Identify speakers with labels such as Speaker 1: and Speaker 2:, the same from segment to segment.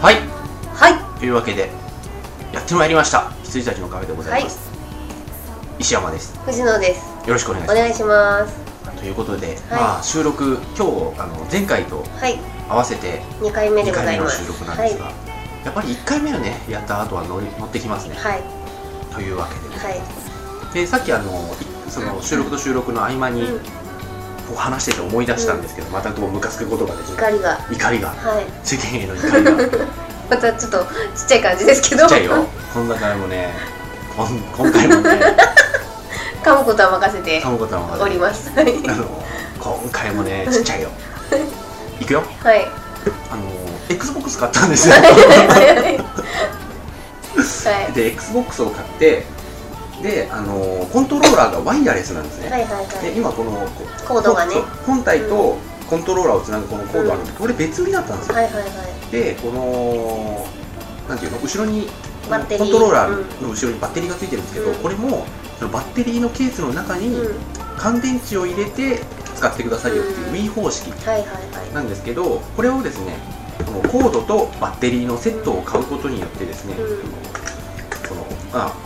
Speaker 1: はい
Speaker 2: はい
Speaker 1: というわけでやってまいりました羊たちのカフェでござ
Speaker 2: はいい
Speaker 1: ます、石山です
Speaker 2: 藤野です
Speaker 1: よろしくお願い
Speaker 2: お
Speaker 1: しま
Speaker 2: 願いします
Speaker 1: すということで、まあ収録今日あの前回と
Speaker 2: はい
Speaker 1: 合わせて
Speaker 2: 2回目で
Speaker 1: 2
Speaker 2: ござ
Speaker 1: 回
Speaker 2: い
Speaker 1: 目の
Speaker 2: ます
Speaker 1: 収録なん
Speaker 2: は
Speaker 1: で
Speaker 2: い
Speaker 1: すが、やっぱり1回目のねやった後は乗り乗ってきますね
Speaker 2: はい
Speaker 1: というわけで
Speaker 2: はい
Speaker 1: でさっきあのいその収録と収録の合間に
Speaker 2: うん
Speaker 1: こう話してて思い出したんですけど、またこうムカつくことができる
Speaker 2: 怒りが
Speaker 1: 怒りが
Speaker 2: はい
Speaker 1: 世間への怒りがちっ
Speaker 2: またちょっとちっちゃい感じですけど
Speaker 1: ちゃいよこんな回も ねこん今回もね
Speaker 2: 噛むことは任せて
Speaker 1: かむことはまだ
Speaker 2: おりますはい
Speaker 1: あの今回もねちっち ゃいよいくよ
Speaker 2: はい
Speaker 1: あの XBOX 買ったんですよ
Speaker 2: はいは
Speaker 1: で XBOX を買ってであのコントローラーがワイヤレスなんですね、
Speaker 2: いはいはい
Speaker 1: で今このこう
Speaker 2: コードがね
Speaker 1: そう本体とコントローラーをつなぐこのコードあるんですけどこれ別売りだったんですよ、
Speaker 2: はいはいはい
Speaker 1: でこのなんていうの後ろに
Speaker 2: バッテ
Speaker 1: コ
Speaker 2: リー
Speaker 1: ントローラーの後ろにバッテリーがついてるんですけど、
Speaker 2: うん
Speaker 1: これもそのバッテリーのケースの中に
Speaker 2: うん
Speaker 1: 乾電池を入れて使ってくださいよっていううん Wii 方式
Speaker 2: はいはいは
Speaker 1: なんですけどこれをですねこのコードとバッテリーのセットを買うことによってですね、
Speaker 2: うん
Speaker 1: このまあ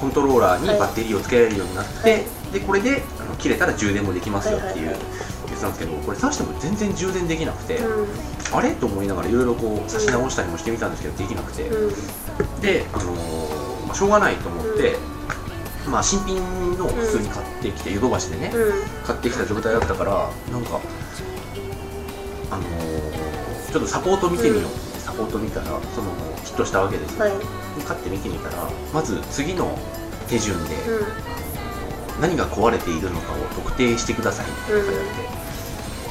Speaker 1: コントローラーにバッテリーをつけられるようになって、
Speaker 2: はい
Speaker 1: でこれであの切れたら充電もできますよっていう
Speaker 2: はいはいは
Speaker 1: や
Speaker 2: い
Speaker 1: つなんですけどこれ挿しても全然充電できなくて、
Speaker 2: いうん
Speaker 1: あれと思いながらいろいろこう差し直したりもしてみたんですけどできなくて、
Speaker 2: うん
Speaker 1: で、あのーまあ、しょうがないと思って、まあ、新品のを普通に買ってきてヨドバシでね、
Speaker 2: うん
Speaker 1: 買ってきた状態だったからなんかあのーちょっとサポート見てみよう、サポート見たらそのヒットしたわけですよ、
Speaker 2: はい
Speaker 1: 買って見てみたらまず次の手順で、
Speaker 2: うん
Speaker 1: 何が壊れているのかを特定してくださいって書いてあ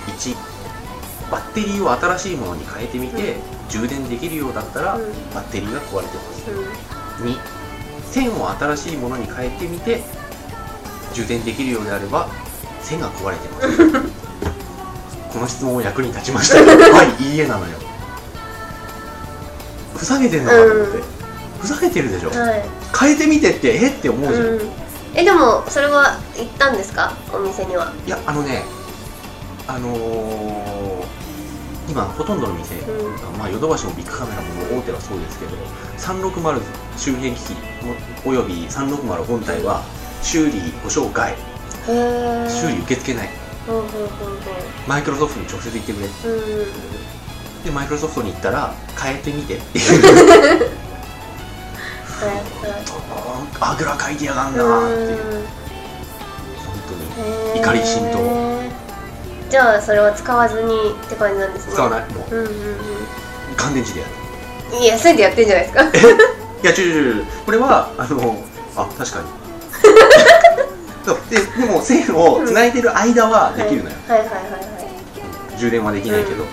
Speaker 1: って、1バッテリーを新しいものに変えてみて、充電できるようだったら、
Speaker 2: うん
Speaker 1: バッテリーが壊れてます
Speaker 2: うん
Speaker 1: 2線を新しいものに変えてみて充電できるようであれば線が壊れてます この質問を役に立ちましたはいいいえなのよふざけてんのかと思って、
Speaker 2: うん
Speaker 1: ふざけてるでしょ
Speaker 2: はい
Speaker 1: 変えてみてってえって思うじゃん、
Speaker 2: うんえでもそれは行ったんですかお店にはい
Speaker 1: やあのねあのー今ほとんどの店、
Speaker 2: うん
Speaker 1: まあヨドバシもビッグカメラも大手はそうですけど360周辺機器もおよび360本体は修理保証外
Speaker 2: へえ
Speaker 1: 修理受け付けない
Speaker 2: ほうほうほうほ
Speaker 1: マイクロソフトに直接行ってくれ
Speaker 2: ううん
Speaker 1: でマイクロソフトに行ったら変えてみてっていう
Speaker 2: は
Speaker 1: あぐらかいてやがん
Speaker 2: い
Speaker 1: な
Speaker 2: は
Speaker 1: ーって
Speaker 2: い
Speaker 1: いう
Speaker 2: うん
Speaker 1: 本当に
Speaker 2: へー
Speaker 1: 怒り浸透
Speaker 2: じゃあそれは使わずにって感じなんですね
Speaker 1: 使わ
Speaker 2: い
Speaker 1: ないもう
Speaker 2: うんうん
Speaker 1: 乾電池でやる
Speaker 2: うんいやそれでやってんじゃないですか
Speaker 1: いや、ちょいちょいちょいこれは、あの、あ、確 かに。そうで、でも線を繋いでる間はできるのよ。
Speaker 2: はいはいはいは
Speaker 1: 充電はできないけど。
Speaker 2: う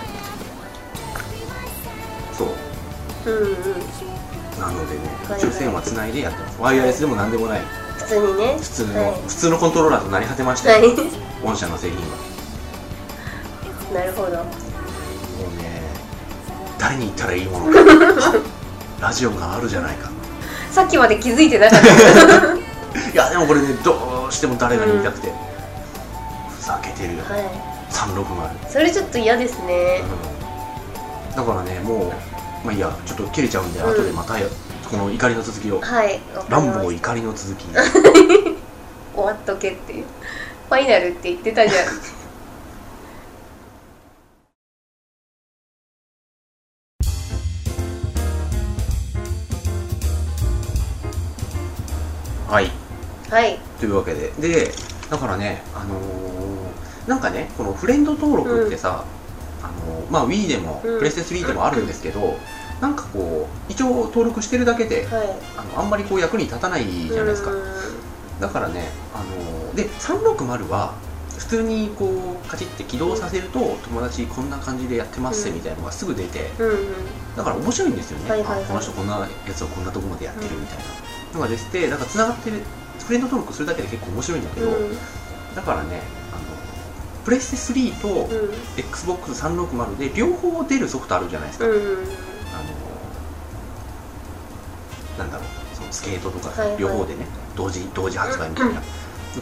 Speaker 1: そう。
Speaker 2: いうんうん
Speaker 1: なのでね、
Speaker 2: はい
Speaker 1: 一応線は繋いでやってます。ワイヤレスでも何でもない。
Speaker 2: 普通にね
Speaker 1: 普通の、
Speaker 2: はい
Speaker 1: 普通のコントローラーとなり果てましたよ。
Speaker 2: は
Speaker 1: 御社の製品は。
Speaker 2: い なるほど
Speaker 1: もうね、誰に言ったらいいものか。 はラジオがあるじゃないか。
Speaker 2: さっきまで気づいてなかった
Speaker 1: いや、でもこれね、どうしても誰がに言いたくて。ふざけてるよ。
Speaker 2: は
Speaker 1: 360。
Speaker 2: いそれちょっと嫌ですね
Speaker 1: うんだからねもうまあいいやちょっと切れちゃうんで、
Speaker 2: うん
Speaker 1: 後でまたこの怒りの続きを
Speaker 2: はい
Speaker 1: ランボ
Speaker 2: ボ
Speaker 1: ー怒りの続き
Speaker 2: 終わっとけっていうファイナルって言ってたじゃん
Speaker 1: はい
Speaker 2: はい
Speaker 1: というわけででだからねあのーなんかねこのフレンド登録ってさ、あのーまあ Wii でも、
Speaker 2: うん
Speaker 1: プレステ3でもあるんですけどなんかこう一応登録してるだけで
Speaker 2: は
Speaker 1: あのあんまりこう役に立たない
Speaker 2: い
Speaker 1: じゃないですか
Speaker 2: うーん
Speaker 1: だからね、あのーで360は普通にこうカチッて起動させると友達こんな感じでやってますぜ
Speaker 2: うん
Speaker 1: みたいなのがすぐ出て
Speaker 2: うんうん
Speaker 1: だから面白いんですよね、
Speaker 2: はいはいはい
Speaker 1: あこの人こんなやつをこんなとこまでやってるみたいなのが出ててだからつながってるフレンド登録するだけで結構面白いんだけど、
Speaker 2: うん
Speaker 1: だからねあのプレステ3と
Speaker 2: うん
Speaker 1: XBOX360 で両方出るソフトあるじゃないですか、
Speaker 2: うん
Speaker 1: あのなんだろうそのスケートとか
Speaker 2: はいはい
Speaker 1: 両方でね、同時同時発売みたいな、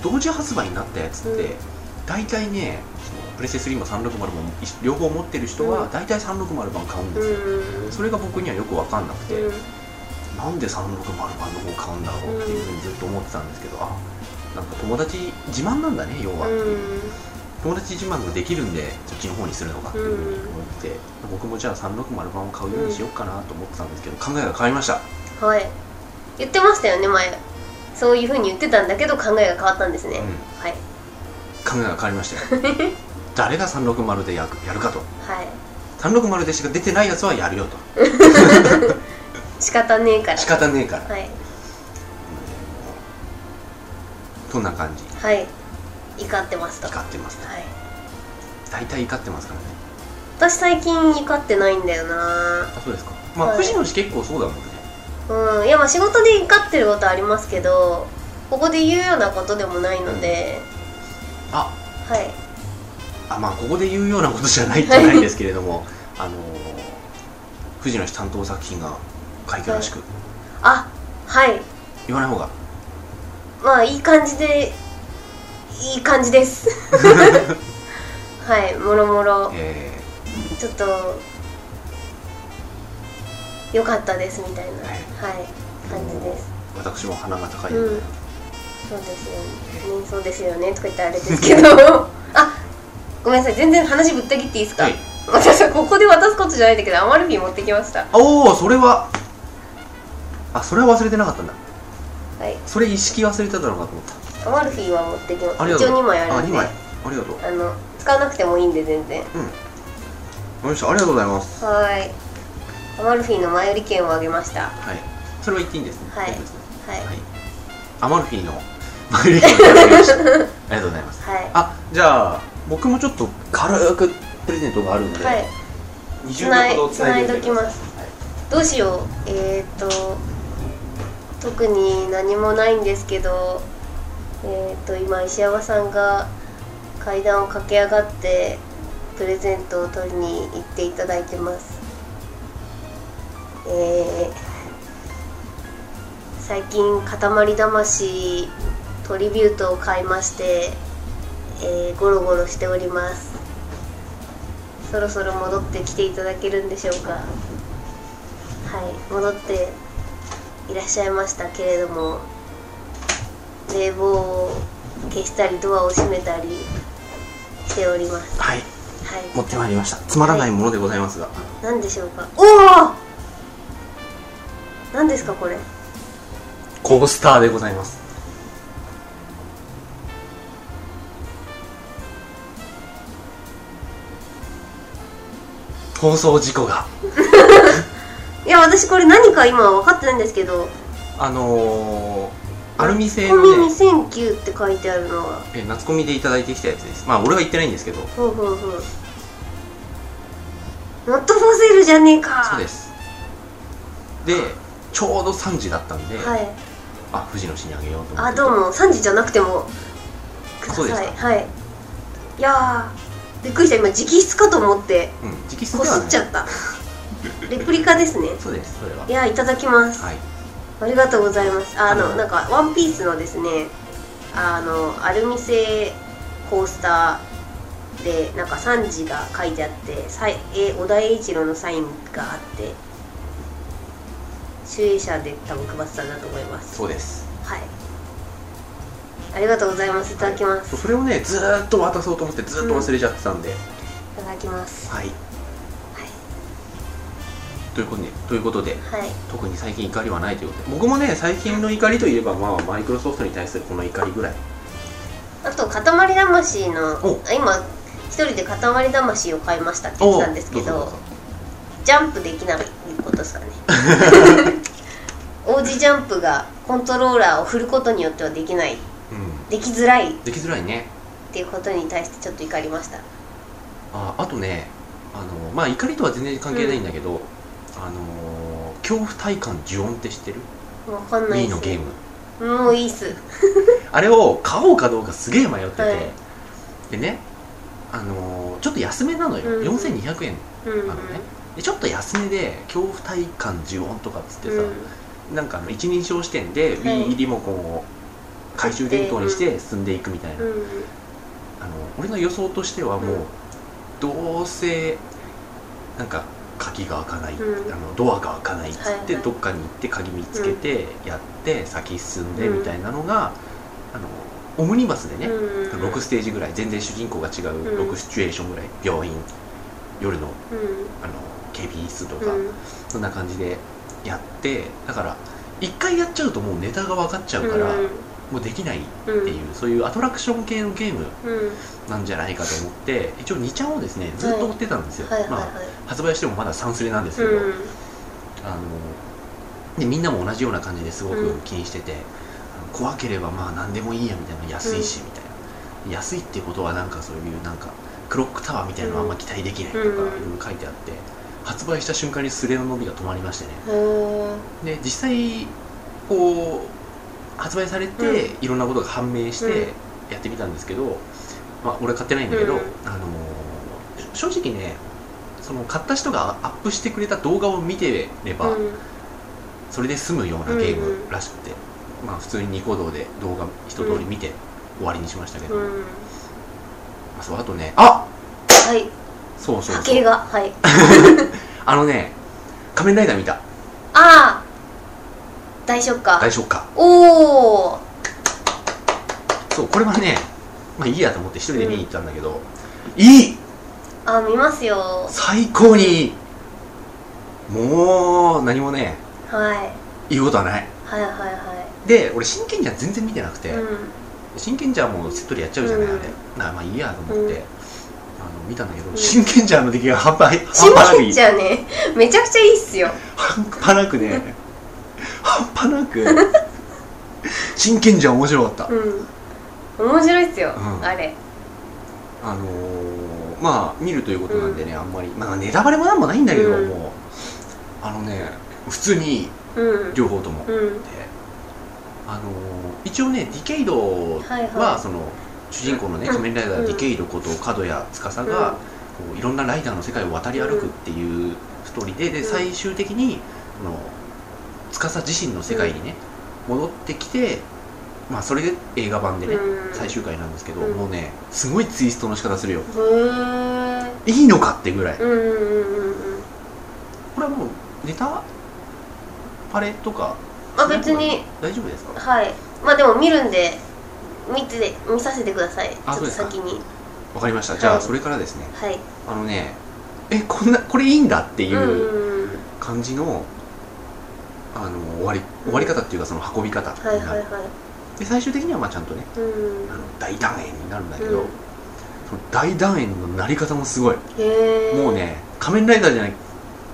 Speaker 1: 同時発売になったやつって、大体ねそのプレステ3も360もい両方持ってる人は
Speaker 2: うん
Speaker 1: 大体360版買うん
Speaker 2: う
Speaker 1: ですよ、
Speaker 2: ん
Speaker 1: それが僕にはよく分かんなくて、
Speaker 2: うん
Speaker 1: なんで360版の方買うんだろうっていうふうにずっと思ってたんですけど、あなんか友達自慢なんだね要は、
Speaker 2: うん
Speaker 1: 友達自慢ができるんでそっちの方にするのかっていうふうに思って、僕もじゃあ360版を買うようにしようかなと思ってたんですけど考えが変わりました
Speaker 2: はい言ってましたよね前そういうふうに言ってたんだけど考えが変わったんですね、
Speaker 1: うん
Speaker 2: はい
Speaker 1: 考えが変わりましたよ 誰が360でやるやるかと
Speaker 2: はい
Speaker 1: 360でしか出てないやつはやるよと
Speaker 2: 仕方ねえから
Speaker 1: 仕方ねえから
Speaker 2: はい
Speaker 1: そんな感じ
Speaker 2: はい怒ってますと
Speaker 1: 怒
Speaker 2: は
Speaker 1: ってますね
Speaker 2: い
Speaker 1: 大体怒ってますからね
Speaker 2: 私最近怒ってないんだよな
Speaker 1: あそうですかまあ、
Speaker 2: はい
Speaker 1: 藤野氏結構そうだもんね
Speaker 2: うんいやまあ仕事で怒ってることありますけどここで言うようなことでもないので、
Speaker 1: あ
Speaker 2: はい
Speaker 1: あまあここで言うようなことじゃないじゃないですけれどもあのー藤野氏担当作品が快挙らしく
Speaker 2: あはい
Speaker 1: 言わない方が
Speaker 2: まあいい感じでいい感じです はいもろもろ
Speaker 1: え
Speaker 2: ちょっと良かったですみたいな
Speaker 1: は
Speaker 2: はいい
Speaker 1: ー
Speaker 2: 感じです
Speaker 1: 私も鼻が高い
Speaker 2: うん
Speaker 1: ので、
Speaker 2: そうですよねそうですよねとか言ったらあれですけ どあごめんなさい全然話ぶった切っていいですか、
Speaker 1: はい
Speaker 2: 私はここで渡すことじゃないんだけどアマルフィ持ってきました
Speaker 1: おおそれはあそれは忘れてなかったんだ
Speaker 2: はい
Speaker 1: それ意識忘れてたのかと思った
Speaker 2: アマルフィは持ってきま
Speaker 1: あり
Speaker 2: し
Speaker 1: が
Speaker 2: た
Speaker 1: とう
Speaker 2: 一応2枚あ
Speaker 1: あ
Speaker 2: るん
Speaker 1: 二
Speaker 2: で
Speaker 1: 枚
Speaker 2: あ
Speaker 1: ありがとうわか
Speaker 2: の使わなくてもいいんで全然
Speaker 1: りましたありがとうございます
Speaker 2: はーいアマルフィの前売り券をあげました
Speaker 1: はいそれは言っていいんですね
Speaker 2: はい
Speaker 1: 大丈夫ですね
Speaker 2: はい
Speaker 1: はいアマルフィのマイルリケーンをいただきま したありがとうございます
Speaker 2: はい
Speaker 1: あじゃあ僕もちょっと軽くプレゼントがあるので、
Speaker 2: はい
Speaker 1: 20秒ほど
Speaker 2: つな
Speaker 1: 伝
Speaker 2: い
Speaker 1: えておいてくださ
Speaker 2: つどうしようえー、っと特に何もないんですけどえー、っと今石山さんが階段を駆け上がってプレゼントを取りに行っていただいてますえー、最近「塊魂」トリビュートを買いまして、えー、ゴロゴロしておりますそろそろ戻ってきていただけるんでしょうかはい戻っていらっしゃいましたけれども冷房を消したりドアを閉めたりしております
Speaker 1: はい
Speaker 2: はい
Speaker 1: 持ってまいりましたつまらないものでございますが、
Speaker 2: 何でしょうかおお何ですかこれ
Speaker 1: コースターでございます放送事故が
Speaker 2: いや私これ何か今分かってないんですけど
Speaker 1: あのー、アルミ
Speaker 2: 「
Speaker 1: 製
Speaker 2: コミ
Speaker 1: のね
Speaker 2: 2009」って書いてあるのは
Speaker 1: え夏コミでいただいてきたやつですまあ俺は言ってないんですけど
Speaker 2: ほうほうほうノットフォーセールじゃねえか
Speaker 1: そうですでちょうど3時だったんで、
Speaker 2: はい
Speaker 1: あ藤野氏にあげようと思って
Speaker 2: あどうも3時じゃなくてもくだ
Speaker 1: そうです
Speaker 2: さい
Speaker 1: か
Speaker 2: はいいやーびっくりした今直筆かと思って
Speaker 1: うん直筆
Speaker 2: こ
Speaker 1: では
Speaker 2: す
Speaker 1: ない
Speaker 2: っちゃったレプリカですね
Speaker 1: そうですそれはい
Speaker 2: やーいただきます
Speaker 1: はい
Speaker 2: ありがとうございます。あ
Speaker 1: あ
Speaker 2: の、
Speaker 1: の
Speaker 2: なんか、ワンピースのですね、あの、アルミ製コースターで、なんか、サンジが書いてあって、さいえ小田栄一郎のサインがあって、集英社で多分配ってたんだと思います。
Speaker 1: そうです
Speaker 2: はい。ありがとうございます。いただきます。
Speaker 1: それをねずーっと渡そうと思ってずーっと忘れちゃってたんで、
Speaker 2: いただきます。
Speaker 1: はいということでということで
Speaker 2: はい。
Speaker 1: 特に最近怒りはないということで僕もね最近の怒りといえばまあマイクロソフトに対するこの怒りぐらい
Speaker 2: あと、塊魂の
Speaker 1: お、
Speaker 2: あ今、一人で塊魂を買いましたって言ってたんですけ
Speaker 1: おう
Speaker 2: ど
Speaker 1: うぞ、
Speaker 2: ジャンプできないことです かね王子ジャンプがコントローラーを振ることによってはできない
Speaker 1: どうぞうん
Speaker 2: できづらいっ
Speaker 1: できづらいね
Speaker 2: ていうことに対してちょっと怒りました
Speaker 1: ああとねあのまあ怒りとは全然関係ないんだけど、あのー恐怖体感呪音って知ってる
Speaker 2: わかんない
Speaker 1: Wii
Speaker 2: っ
Speaker 1: のゲーム
Speaker 2: すもういいっす
Speaker 1: あれを買おうかどうかすげえ迷ってて、
Speaker 2: はい
Speaker 1: でねあのーちょっと安めなのよ、
Speaker 2: うん
Speaker 1: 4200円
Speaker 2: うんうん
Speaker 1: あのねでちょっと安めで恐怖体感呪音とかっつってさ、
Speaker 2: うん
Speaker 1: なんかあの一人称視点で
Speaker 2: はい
Speaker 1: Wii リモコンを懐中電灯にして進んでいくみたいな、
Speaker 2: うん
Speaker 1: ああの俺の予想としてはもう、
Speaker 2: うん
Speaker 1: どうせなんか鍵が開かない、
Speaker 2: うん
Speaker 1: あのドアが開かないっつって、
Speaker 2: はいはい
Speaker 1: どっかに行って鍵見つけてやって先進んで
Speaker 2: うん
Speaker 1: みたいなのが、あのオムニバスでね、
Speaker 2: うん
Speaker 1: 6ステージぐらい全然主人公が違う
Speaker 2: うん
Speaker 1: 6シチュエーションぐらい病院夜の
Speaker 2: うん
Speaker 1: あの警備室と
Speaker 2: う
Speaker 1: か、
Speaker 2: ん
Speaker 1: そんな感じでやってだから一回やっちゃうともうネタが分かっちゃうから、
Speaker 2: うん
Speaker 1: もうできないっ
Speaker 2: うん
Speaker 1: ていう、そういうアトラクション系のゲーム
Speaker 2: うん
Speaker 1: なんじゃないかと思って一応2ちゃんをですねずっと追ってたんですよ、
Speaker 2: はいはい
Speaker 1: ま
Speaker 2: は
Speaker 1: あ、発売してもまだ3すれなんです
Speaker 2: い
Speaker 1: けど、
Speaker 2: うん
Speaker 1: あのでみんなも同じような感じですご
Speaker 2: う
Speaker 1: く
Speaker 2: ん
Speaker 1: 気にしてて、あの怖ければまあ何でもいいやみたいな安いしみたいな、安いっていうことはなんかそういうなんかクロックタワーみたいなのはあんま期待できないとかい
Speaker 2: うん
Speaker 1: ろいろ書いてあって発売した瞬間にスレの伸びが止まりましてね
Speaker 2: へー
Speaker 1: で実際こう発売されて、いろんなことが判明してやってみたんですけど、まあ、俺買ってないんだけど、
Speaker 2: うん
Speaker 1: あのー正直ねその買った人がアップしてくれた動画を見てれば、
Speaker 2: うん
Speaker 1: それで済むようなゲー
Speaker 2: うんう
Speaker 1: ム
Speaker 2: ん
Speaker 1: らしくて、まあ、普通にニコ動で動画一通り見て終わりにしましたけど、
Speaker 2: うん
Speaker 1: あそうあとねあ
Speaker 2: はい
Speaker 1: そうそうそ
Speaker 2: 波形
Speaker 1: う
Speaker 2: がはい
Speaker 1: あのね仮面ライダー見た
Speaker 2: ああ大ショッカ
Speaker 1: 大
Speaker 2: ー
Speaker 1: 丈夫か
Speaker 2: おお
Speaker 1: そうこれはねまあいいやと思って一人で見に行ったんだけど、いい
Speaker 2: あ見ますよ
Speaker 1: 最高にいいもう何もね
Speaker 2: はい
Speaker 1: 言うことはない
Speaker 2: はいはいは
Speaker 1: で俺真剣じゃ全然見てなく
Speaker 2: い
Speaker 1: て、
Speaker 2: うん
Speaker 1: 真剣じゃもうセットでやっちゃうじゃない、
Speaker 2: うん
Speaker 1: あれなまあいいやと思って、
Speaker 2: うん
Speaker 1: あの見たんだけど、
Speaker 2: うん
Speaker 1: 真剣じゃの出来が半端
Speaker 2: 新
Speaker 1: 半端なくい
Speaker 2: ン
Speaker 1: い
Speaker 2: ちゃんね めちゃくちゃいいっすよ
Speaker 1: 半端なくね半端なく真剣じゃ面白かった、
Speaker 2: うん面白いっすよ、
Speaker 1: うん
Speaker 2: あれ
Speaker 1: あのーまあ見るということなんでね、あんまりまあネタバレもなんもないんだけど、
Speaker 2: うん
Speaker 1: もうあのね普通にいい
Speaker 2: うん
Speaker 1: 両方とも、
Speaker 2: うん
Speaker 1: であのー一応ねディケイドは、
Speaker 2: はいはい
Speaker 1: その主人公のね
Speaker 2: うん
Speaker 1: 仮面ライダ
Speaker 2: う
Speaker 1: ー
Speaker 2: ん
Speaker 1: ディケイドこと角谷司が、こういろんなライダーの世界を渡り歩くっていうストーリーでで
Speaker 2: うん
Speaker 1: 最終的にその司自身の世界にね、戻ってきてまあそれで映画版でね、
Speaker 2: うん
Speaker 1: 最終回なんですけど、
Speaker 2: うん
Speaker 1: もうねすごいツイストの仕方するよ
Speaker 2: へー
Speaker 1: いいのかってぐらい、
Speaker 2: うんうんうんうん
Speaker 1: これはもうネタパレとか
Speaker 2: まあ別に
Speaker 1: 大丈夫ですか
Speaker 2: はいまあでも見るんで見て見させてくださいちょ
Speaker 1: あ
Speaker 2: っ
Speaker 1: そ
Speaker 2: と
Speaker 1: うですか
Speaker 2: 先に
Speaker 1: わかりましたじゃ
Speaker 2: は
Speaker 1: あ
Speaker 2: い
Speaker 1: それからですね
Speaker 2: はい
Speaker 1: あのねえこんなこれいいんだって
Speaker 2: うん
Speaker 1: いう
Speaker 2: うんうん
Speaker 1: 感じの、あの終わり終わり方っていうかその運び方にな
Speaker 2: はい
Speaker 1: る、
Speaker 2: はいは
Speaker 1: で最終的にはまあちゃんとね
Speaker 2: いうん
Speaker 1: あの大団円になるんだけど、
Speaker 2: うん
Speaker 1: その大団円のなり方もすごい、
Speaker 2: へえ
Speaker 1: もうね仮面ライダーじゃない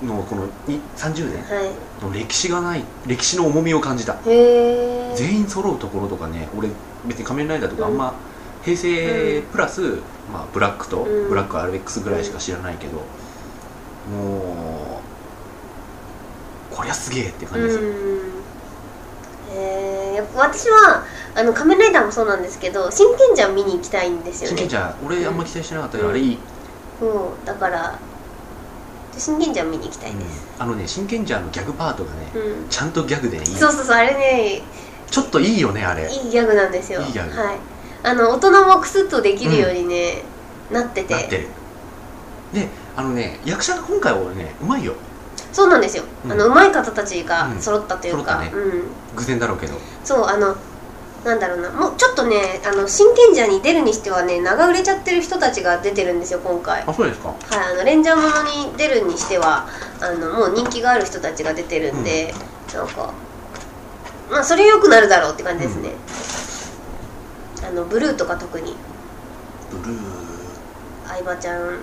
Speaker 1: のこのに30年
Speaker 2: は
Speaker 1: の歴史がない歴史の重みを感じた
Speaker 2: いへえ
Speaker 1: 全員揃うところとかね俺別に仮面ライダーとかあんま、平成プラス、まあ、ブラックと、
Speaker 2: うん
Speaker 1: ブラック RX ぐらいしか知らないけど、もうこりゃすげえって感じですよ、
Speaker 2: うんえー、やっぱ私はあの仮面ライダーもそうなんですけど真剣じゃん見に行きたいんですよ
Speaker 1: 真
Speaker 2: ね
Speaker 1: 剣ちゃん俺あんま期待してなかったけど、
Speaker 2: うん
Speaker 1: あれいい、
Speaker 2: もうだから真剣じゃん見に行きたいです
Speaker 1: あのね真剣ちゃんのギャグパートがね、
Speaker 2: うん、
Speaker 1: ちゃんとギャグでねいい
Speaker 2: そうそうそうあれね
Speaker 1: ちょっといいよねあれ
Speaker 2: いいギャグなんですよ
Speaker 1: いいギャグ
Speaker 2: はいあの大人もクスッとできるようにね、なってて
Speaker 1: なってるであのね役者が今回俺ねうまいよ
Speaker 2: そうなんですよ、
Speaker 1: うん
Speaker 2: あの上手い方たちが揃ったというか、
Speaker 1: うん揃った
Speaker 2: うん、
Speaker 1: 偶然だろうけど
Speaker 2: そうあのなんだろうなもうちょっとねあの真剣者に出るにしてはね長売れちゃってる人たちが出てるんですよ今回
Speaker 1: あそうですか
Speaker 2: はい、あのレンジャーものに出るにしてはあのもう人気がある人たちが出てるんで、なんかまあそれ良くなるだろうって感じですね、あのブルーとか特に
Speaker 1: ブルー
Speaker 2: 相葉ちゃん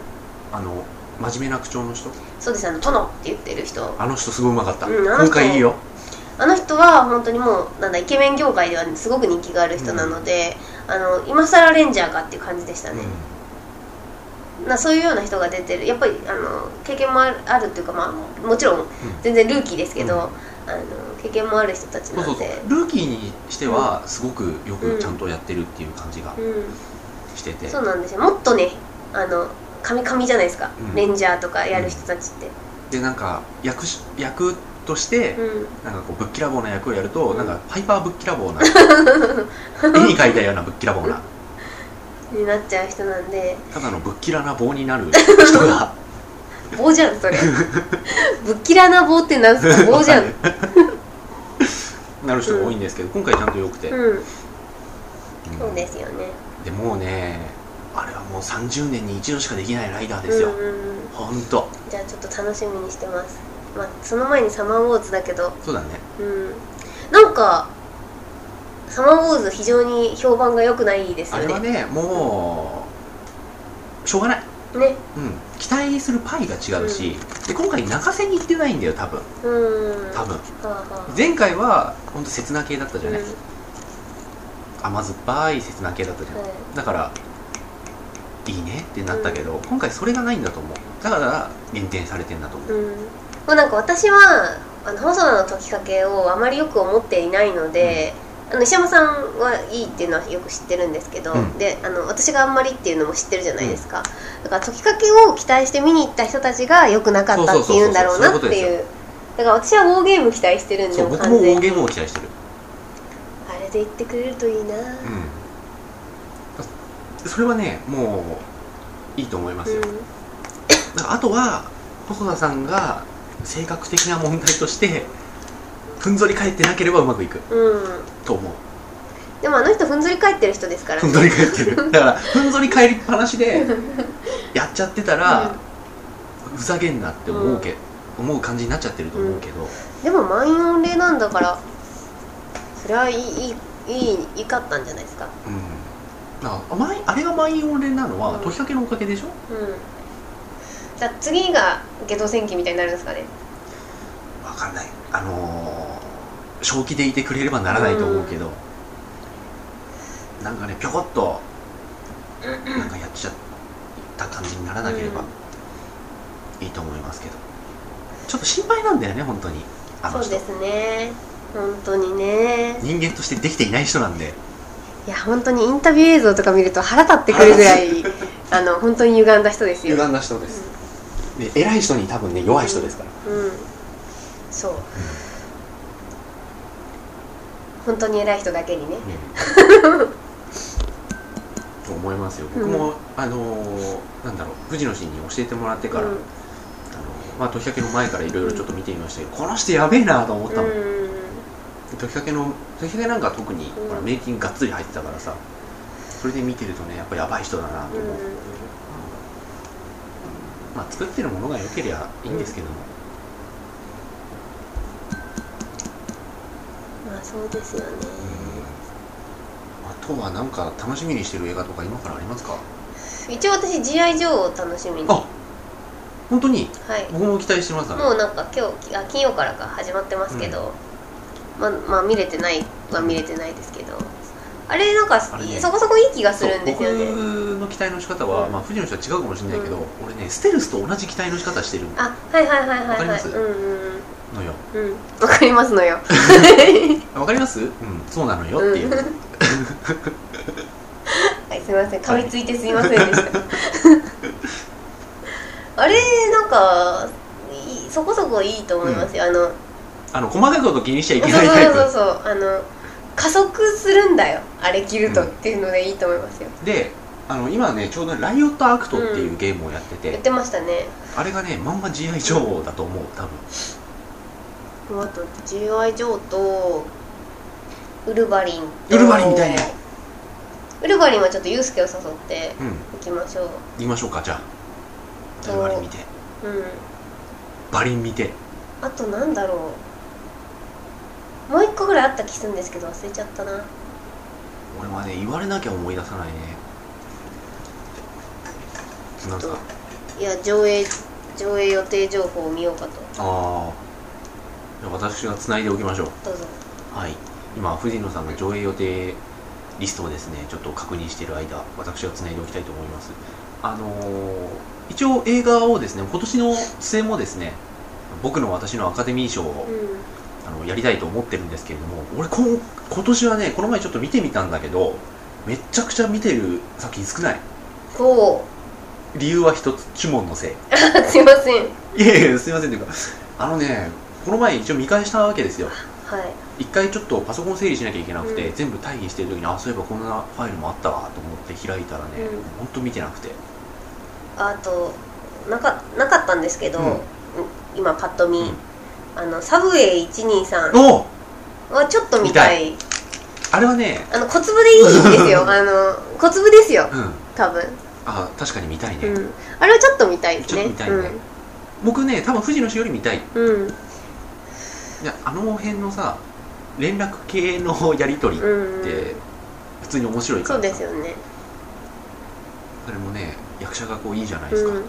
Speaker 1: あの真面目な口調の人
Speaker 2: そうですあの殿って言ってる人
Speaker 1: あの人すごいうまかった、
Speaker 2: うんあの人
Speaker 1: 今回いいよ
Speaker 2: あの人は本当にもうなんだイケメン業界ではすごく人気がある人なので、あの今更レンジャーかっていう感じでしたね、なそういうような人が出てるやっぱりあの経験もあるあるっていうか、まあ、もちろん全然ルーキーですけど、
Speaker 1: うん
Speaker 2: あの経験もある人たち
Speaker 1: そう
Speaker 2: な
Speaker 1: そ
Speaker 2: の
Speaker 1: うそう
Speaker 2: で
Speaker 1: ルーキーにしてはすごくよくちゃんとやってるっていう感じが
Speaker 2: う
Speaker 1: してて、
Speaker 2: ん、そうなんですよもっとねあの神々じゃないですか、
Speaker 1: うん
Speaker 2: レンジャーとかやる人たちって、
Speaker 1: でなんか役し役として
Speaker 2: うん
Speaker 1: なんかこうぶっきらぼうな役をやると、
Speaker 2: うん
Speaker 1: なんかハイパーぶっきらぼうな絵に描いたようなぶっきらぼうな
Speaker 2: になっちゃう人なんで
Speaker 1: ただのぶっきらな棒になる人が
Speaker 2: 棒じゃんそれ ぶっきらな棒ってなんすか棒じゃん
Speaker 1: なる人が多いんですけど、今回ちゃんと良くて、
Speaker 2: うん
Speaker 1: うん
Speaker 2: そうですよね
Speaker 1: でもうねあれはもう30年に一度しかできないライダーですよ、
Speaker 2: うんうんうん
Speaker 1: ほんと
Speaker 2: じゃあちょっと楽しみにしてますまあその前にサマーウォーズだけど
Speaker 1: そうだね
Speaker 2: うんなんかサマーウォーズ非常に評判が良くないです
Speaker 1: あ
Speaker 2: よ
Speaker 1: れは
Speaker 2: ね
Speaker 1: ねもうしょうがない、
Speaker 2: ね
Speaker 1: うん、期待するパイが違うし、で今回泣かせに行ってないんだよ多分
Speaker 2: うん
Speaker 1: 多分
Speaker 2: はあはあ
Speaker 1: 前回はほんと切な系だったじゃない、
Speaker 2: うん
Speaker 1: 甘酸っぱい切な系だったじゃない、
Speaker 2: はい
Speaker 1: だからいいねってなったけど、今回それがないんだと思うだから減点されてんだと思う、
Speaker 2: うん、まあなんか私はあの細田の解きかけをあまりよく思っていないので、あの石山さんはいいっていうのはよく知ってるんですけど、
Speaker 1: うん
Speaker 2: であの私があんまりっていうのも知ってるじゃないですか、だから解きかけを期待して見に行った人たちが良くなかったっていうんだろうなって
Speaker 1: そうそうそうそうそう
Speaker 2: い
Speaker 1: いう
Speaker 2: だから私はウォーゲーム期待してるんで
Speaker 1: そう
Speaker 2: もう
Speaker 1: 僕も
Speaker 2: 完
Speaker 1: ウ
Speaker 2: 全
Speaker 1: ォー
Speaker 2: に
Speaker 1: ゲームを期待してる
Speaker 2: あれで言ってくれるといいな、
Speaker 1: うんそれはねもういいと思いますよ、
Speaker 2: う
Speaker 1: なんかあとは細田さんが性格的な問題としてふんぞり返ってなければうまくいく
Speaker 2: ん、うん、
Speaker 1: と思う
Speaker 2: でもあの人ふんぞり返ってる人ですから
Speaker 1: ふんぞり返って るだからふんぞり返りっぱなし でやっちゃってたら、ふざけんなって思うけ、思う感じになっちゃってると思うけど、
Speaker 2: でも満員御礼なんだからそれはいいいいいいいいかったんじゃないですか
Speaker 1: うんなんかあまいあれが満員御礼なのは、
Speaker 2: うん
Speaker 1: 時かけのおかげでしょ
Speaker 2: うんじゃあ次が下道戦記みたいになるんですかね
Speaker 1: わかんないあのー、正気でいてくれればならないと思うけど、なんかねぴょこっとなんかやっちゃった感じにならなければいいと思いますけどちょっと心配なんだよね本当にあの
Speaker 2: そう
Speaker 1: 人
Speaker 2: ですね本当にね
Speaker 1: 人間としてできていない人なんで
Speaker 2: いや本当にインタビュー映像とか見ると腹立ってくるぐらいあの本当に歪んだ人ですよ、
Speaker 1: んだ人で、で偉い人に多分ね弱い人ですから
Speaker 2: うん、そう本当に偉い人だけにね
Speaker 1: うんと 思いますよ僕も、あのーなんだろう藤野氏に教えてもらってから、
Speaker 2: うん
Speaker 1: あのまあ時かけの前からいろいろちょっと見てみましたけど、この人やべえなと思ったもん、
Speaker 2: うん
Speaker 1: 時かけの時かけなんか特に、
Speaker 2: うん
Speaker 1: ほらメイキングがっつり入ってたからさそれで見てるとねやっぱやばい人だなと
Speaker 2: う
Speaker 1: 思う、
Speaker 2: ん
Speaker 1: まあ作ってるものが良けりゃいいんですけども、
Speaker 2: まあそうですよね
Speaker 1: あとはなんか楽しみにしてる映画とか今からありますか
Speaker 2: 一応私 GI 女王を楽しみには
Speaker 1: あ本当に
Speaker 2: い
Speaker 1: 僕も期待してますね
Speaker 2: もうなんか今日あ金曜からか始まってますけど、まあまあ見れてないは見れてないですけどあれなんか
Speaker 1: あれね
Speaker 2: そこそこいい気がするんです
Speaker 1: 僕
Speaker 2: よね
Speaker 1: の期待の仕方は、
Speaker 2: うん
Speaker 1: まあ藤野氏は違うかもしれないけど、俺ねステルスと同じ期待の仕方してる
Speaker 2: あはいはいはい
Speaker 1: わ
Speaker 2: は
Speaker 1: か
Speaker 2: い
Speaker 1: り
Speaker 2: は
Speaker 1: ま
Speaker 2: い
Speaker 1: す
Speaker 2: うんうんうん
Speaker 1: のよ
Speaker 2: うんわかります のよ
Speaker 1: わかりますうんそうなのよっていう、
Speaker 2: うんはいすみません噛みついてすみませんでした あれなんかいいそこそこいいと思いますよ、あの
Speaker 1: あの細かいこと気にしちゃい
Speaker 2: そう
Speaker 1: けないタイプ
Speaker 2: そうそうそうあの加速するんだよあれ着ると、
Speaker 1: うん
Speaker 2: っていうのでいいと思いますよ
Speaker 1: であの今ねちょうどライオットアクトっていうゲームをやってて、
Speaker 2: 言ってましたね
Speaker 1: あれがねまんま GI 女王だと思う多分
Speaker 2: もうあと GI ジョーとウルヴァリンと
Speaker 1: ウルヴァリンみたいね
Speaker 2: ウルヴァリンはちょっとユースケを誘って
Speaker 1: うん
Speaker 2: 行きましょう
Speaker 1: 言いましょうかじゃあ
Speaker 2: お
Speaker 1: バリン見て
Speaker 2: うん
Speaker 1: バリン見て
Speaker 2: あとなんだろうもう一個ぐらいあった気するんですけど忘れちゃったな
Speaker 1: 俺はね言われなきゃ思い出さないねなんすか
Speaker 2: いや上映上映予定情報を見ようかと
Speaker 1: ああじゃあ私が繋いでおきましょう
Speaker 2: どうぞ
Speaker 1: はい今藤野さんが上映予定リストをですねちょっと確認している間私がつないでおきたいと思いますあのー一応映画をですね今年の末もですね僕の私のアカデミー賞を
Speaker 2: う
Speaker 1: あのやりたいと思ってるんですけれども俺こん今年はねこの前ちょっと見てみたんだけどめっちゃくちゃ見てる作品少ない
Speaker 2: んこ
Speaker 1: 理由は一つ「呪文のせ
Speaker 2: う すいません
Speaker 1: い」いやいやすいませんというかあのねこの前一応見返したわけですよ
Speaker 2: はい
Speaker 1: 一回ちょっとパソコン整理しなきゃいけなくて、
Speaker 2: うん
Speaker 1: 全部退避してる時にあそういえばこんなファイルもあったわと思って開いたらね、
Speaker 2: うん
Speaker 1: ほんと見てなくて
Speaker 2: あとなかなかったんですけど、
Speaker 1: うん
Speaker 2: 今パッと見、
Speaker 1: うん
Speaker 2: あのサブウェイ123
Speaker 1: おう
Speaker 2: はちょっと見たい
Speaker 1: あれはね
Speaker 2: あの小粒でいいんです よあの小粒ですよ
Speaker 1: うん
Speaker 2: 多分、
Speaker 1: あ確かに見たいね、
Speaker 2: うん、あれはちょっと見たいです
Speaker 1: ちょっ
Speaker 2: ね
Speaker 1: と見たいね僕ね多分藤野氏より見たい
Speaker 2: うんうん
Speaker 1: いやあの辺のさ連絡系のやり取りっ
Speaker 2: うん
Speaker 1: て普通に面白いか
Speaker 2: そう
Speaker 1: ら
Speaker 2: で
Speaker 1: さ
Speaker 2: すよね
Speaker 1: それもね役者がこういいじゃないですか、
Speaker 2: うん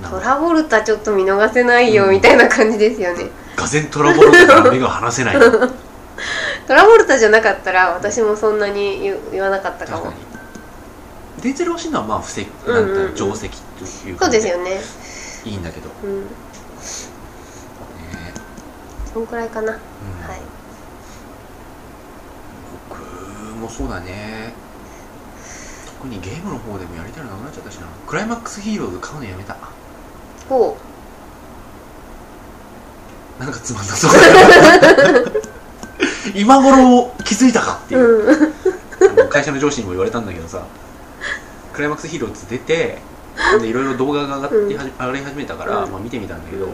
Speaker 1: なん
Speaker 2: ト
Speaker 1: か
Speaker 2: ラボルタちょっと見逃せないよ
Speaker 1: うん
Speaker 2: みたいな感じですよね、
Speaker 1: がぜんトラボルタから目が離せない確か
Speaker 2: トラボルタじゃなかったら私もそんなに言言わなかったかも
Speaker 1: にデンゼル・オシンのはまあ布石
Speaker 2: うん
Speaker 1: な
Speaker 2: うんん
Speaker 1: か定石という
Speaker 2: そ
Speaker 1: か
Speaker 2: うですよね
Speaker 1: いいんだけどね
Speaker 2: うんそんくらいかな、
Speaker 1: うん
Speaker 2: はい
Speaker 1: 僕もそうだね特にゲームの方でもやりたいのなくなっちゃったしなクライマックスヒーローズ買うのやめた
Speaker 2: ほう
Speaker 1: なんかつまんな そう今頃気づいたかっていう、
Speaker 2: う ん
Speaker 1: あの会社の上司にも言われたんだけどさクライマックスヒーローズ出てでいろいろ動画が上がってはじ、上がり始めたから、
Speaker 2: うん
Speaker 1: まあ、見てみたんだけど、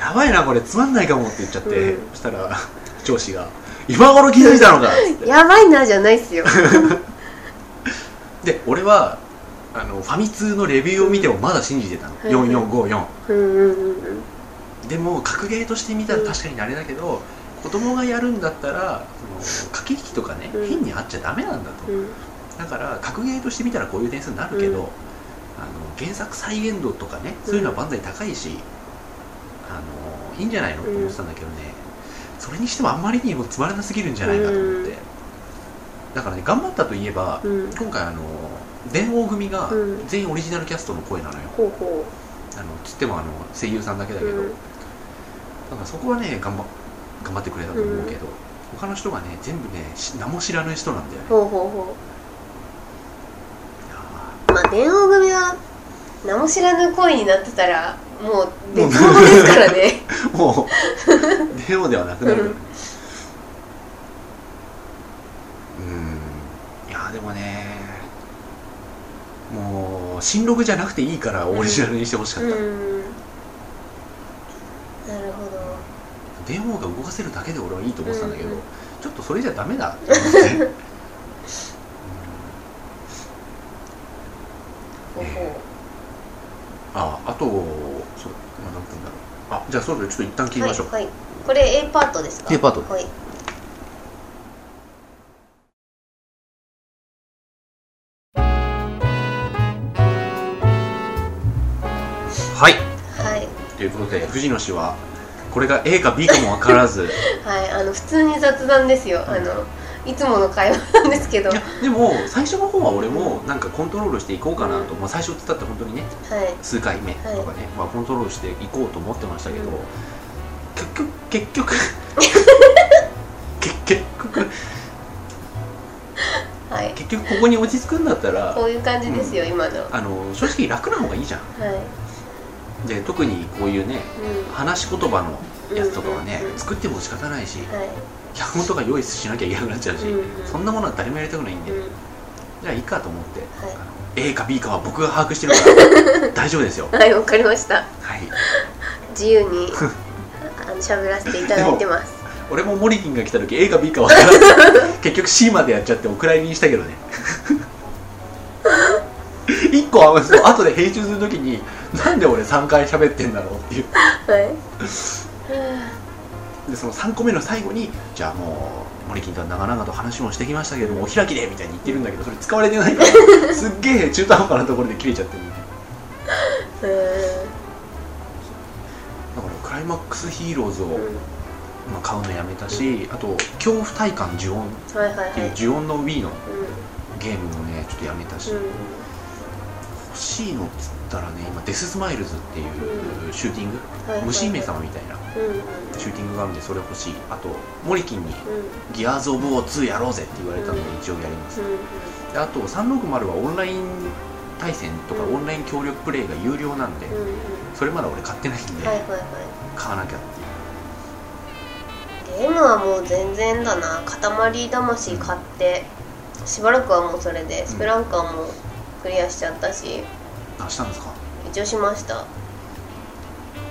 Speaker 1: やばいなこれつまんないかもって言っちゃって、
Speaker 2: うん
Speaker 1: そしたら上司が「今頃気づいたのか!」っつって
Speaker 2: やばいなじゃないっすよ
Speaker 1: で俺はあのファミ通のレビューを見てもまだ信じてたの、
Speaker 2: はいはい
Speaker 1: 4454
Speaker 2: うんうんうんうん
Speaker 1: でも格ゲーとして見たら確かにあれだけど、子供がやるんだったらその駆け引きとかね、
Speaker 2: うん
Speaker 1: 変にあっちゃダメなんだと、
Speaker 2: うん
Speaker 1: だから格ゲーとして見たらこういう点数になるけど、
Speaker 2: うん
Speaker 1: あの原作再現度とかねそういうのは万歳高いし、あのいいんじゃないのと思ってたんだけどね、それにしてもあんまりにもつまらなすぎるんじゃないかと思って、
Speaker 2: うん
Speaker 1: だからね頑張ったといえば、
Speaker 2: うん
Speaker 1: 今回あの電王組が
Speaker 2: うん
Speaker 1: 全員オリジナルキャストの声なのよ、
Speaker 2: ほうほ
Speaker 1: あのつってもあの声優さんだけだ
Speaker 2: う
Speaker 1: けど、
Speaker 2: うん
Speaker 1: だからそこはね頑張頑張ってくれたと思うけど、他の人がね全部ねし何も知らない人なんだよね
Speaker 2: ほうほうほ
Speaker 1: いやー
Speaker 2: うまあ電王組は名も知らぬ恋になってたらもう別物ですからね
Speaker 1: もうデモではなくなるからねうーんいやでもねもう新録じゃなくていいからオリジナルにしてほしか
Speaker 2: う
Speaker 1: った、
Speaker 2: んなるほど
Speaker 1: 電話が動かせるだけで俺はいいと思ってたんだけど、
Speaker 2: うんうん
Speaker 1: ちょっとそれじゃダメだと思って、う ん
Speaker 2: ほうほ
Speaker 1: ああとそう今何分だろうあじゃあそろそろちょっと一旦切
Speaker 2: う
Speaker 1: りましょう、
Speaker 2: はい、はい、これ A パートですか
Speaker 1: A パート
Speaker 2: はい
Speaker 1: はい
Speaker 2: はい
Speaker 1: ということで藤野氏はこれが A か B かも分からず
Speaker 2: はい、あの普通に雑談ですよ。あのいつもの会話なんですけど、
Speaker 1: い
Speaker 2: は
Speaker 1: やでも最初の方は俺もなんかコントロールしていこうかなと、まあ、最初っつったって本当にね
Speaker 2: い、
Speaker 1: 数回目とかね、まあ、コントロールしていこうと思ってましたけど、
Speaker 2: うん
Speaker 1: 結局結 局結局
Speaker 2: はい、
Speaker 1: 結局ここに落ち着くんだったら
Speaker 2: こういう感じですよ、今の。は
Speaker 1: あの正直楽な方がいいじゃん
Speaker 2: い、
Speaker 1: で特にこういうね
Speaker 2: う
Speaker 1: 話し言葉のやつとかはね、
Speaker 2: うんうんうん
Speaker 1: 作っても仕方ないし
Speaker 2: ん、はい、
Speaker 1: 脚本とか用意しなきゃいけなくなっちゃうし、
Speaker 2: うんうん
Speaker 1: そんなものは誰もやりたくないんで、
Speaker 2: うん、
Speaker 1: じゃあいいかと思って、
Speaker 2: い
Speaker 1: あの A か B かは僕が把握してる から大丈夫ですよ
Speaker 2: はい、わかりました。
Speaker 1: はい
Speaker 2: 自由に あの喋らせていただいてます。
Speaker 1: 俺もモリリンが来た時 A か B か分から ず結局 C までやっちゃってお蔵入りにしたけどね 一個あそう後で編集する時になんで俺3回喋ってんだろうっていう
Speaker 2: はい。
Speaker 1: でその3個目の最後にじゃあもう森金とは長々と話もしてきましたけどもお開きでみたいに言ってるんだけどそれ使われてないから すっげえ中途半端なところで切れちゃってるみたいな
Speaker 2: う
Speaker 1: だからクライマックスヒーローズを
Speaker 2: ん、うん
Speaker 1: まあ買うのやめたしあと恐怖体感呪音っ
Speaker 2: はいはい
Speaker 1: て。
Speaker 2: はいいう
Speaker 1: 呪音の Wii のゲームもねちょっとやめたし、
Speaker 2: うん、うん、
Speaker 1: 欲しいのっつったらね今デススマイルズっていうシューティング、
Speaker 2: はいはい。
Speaker 1: 虫姫
Speaker 2: ん。
Speaker 1: 様みたいな
Speaker 2: うん、うん、
Speaker 1: シューティングがあるんでそれ欲しいあとモリキンに「ギアーズ・オブ・オー2やろうぜ」って言われたので一応やります、
Speaker 2: うん、
Speaker 1: であと360はオンライン対戦とか
Speaker 2: うん
Speaker 1: オンライン協力プレイが有料なんで、
Speaker 2: うん、うん、うん。
Speaker 1: それまだ俺買ってないんで、
Speaker 2: はいはいは
Speaker 1: 買わなきゃっていう
Speaker 2: い。ゲームはもう全然だな塊魂買ってしばらくはもうそれでスペランカーもクリアしちゃったし
Speaker 1: あしたんですか
Speaker 2: 一応しました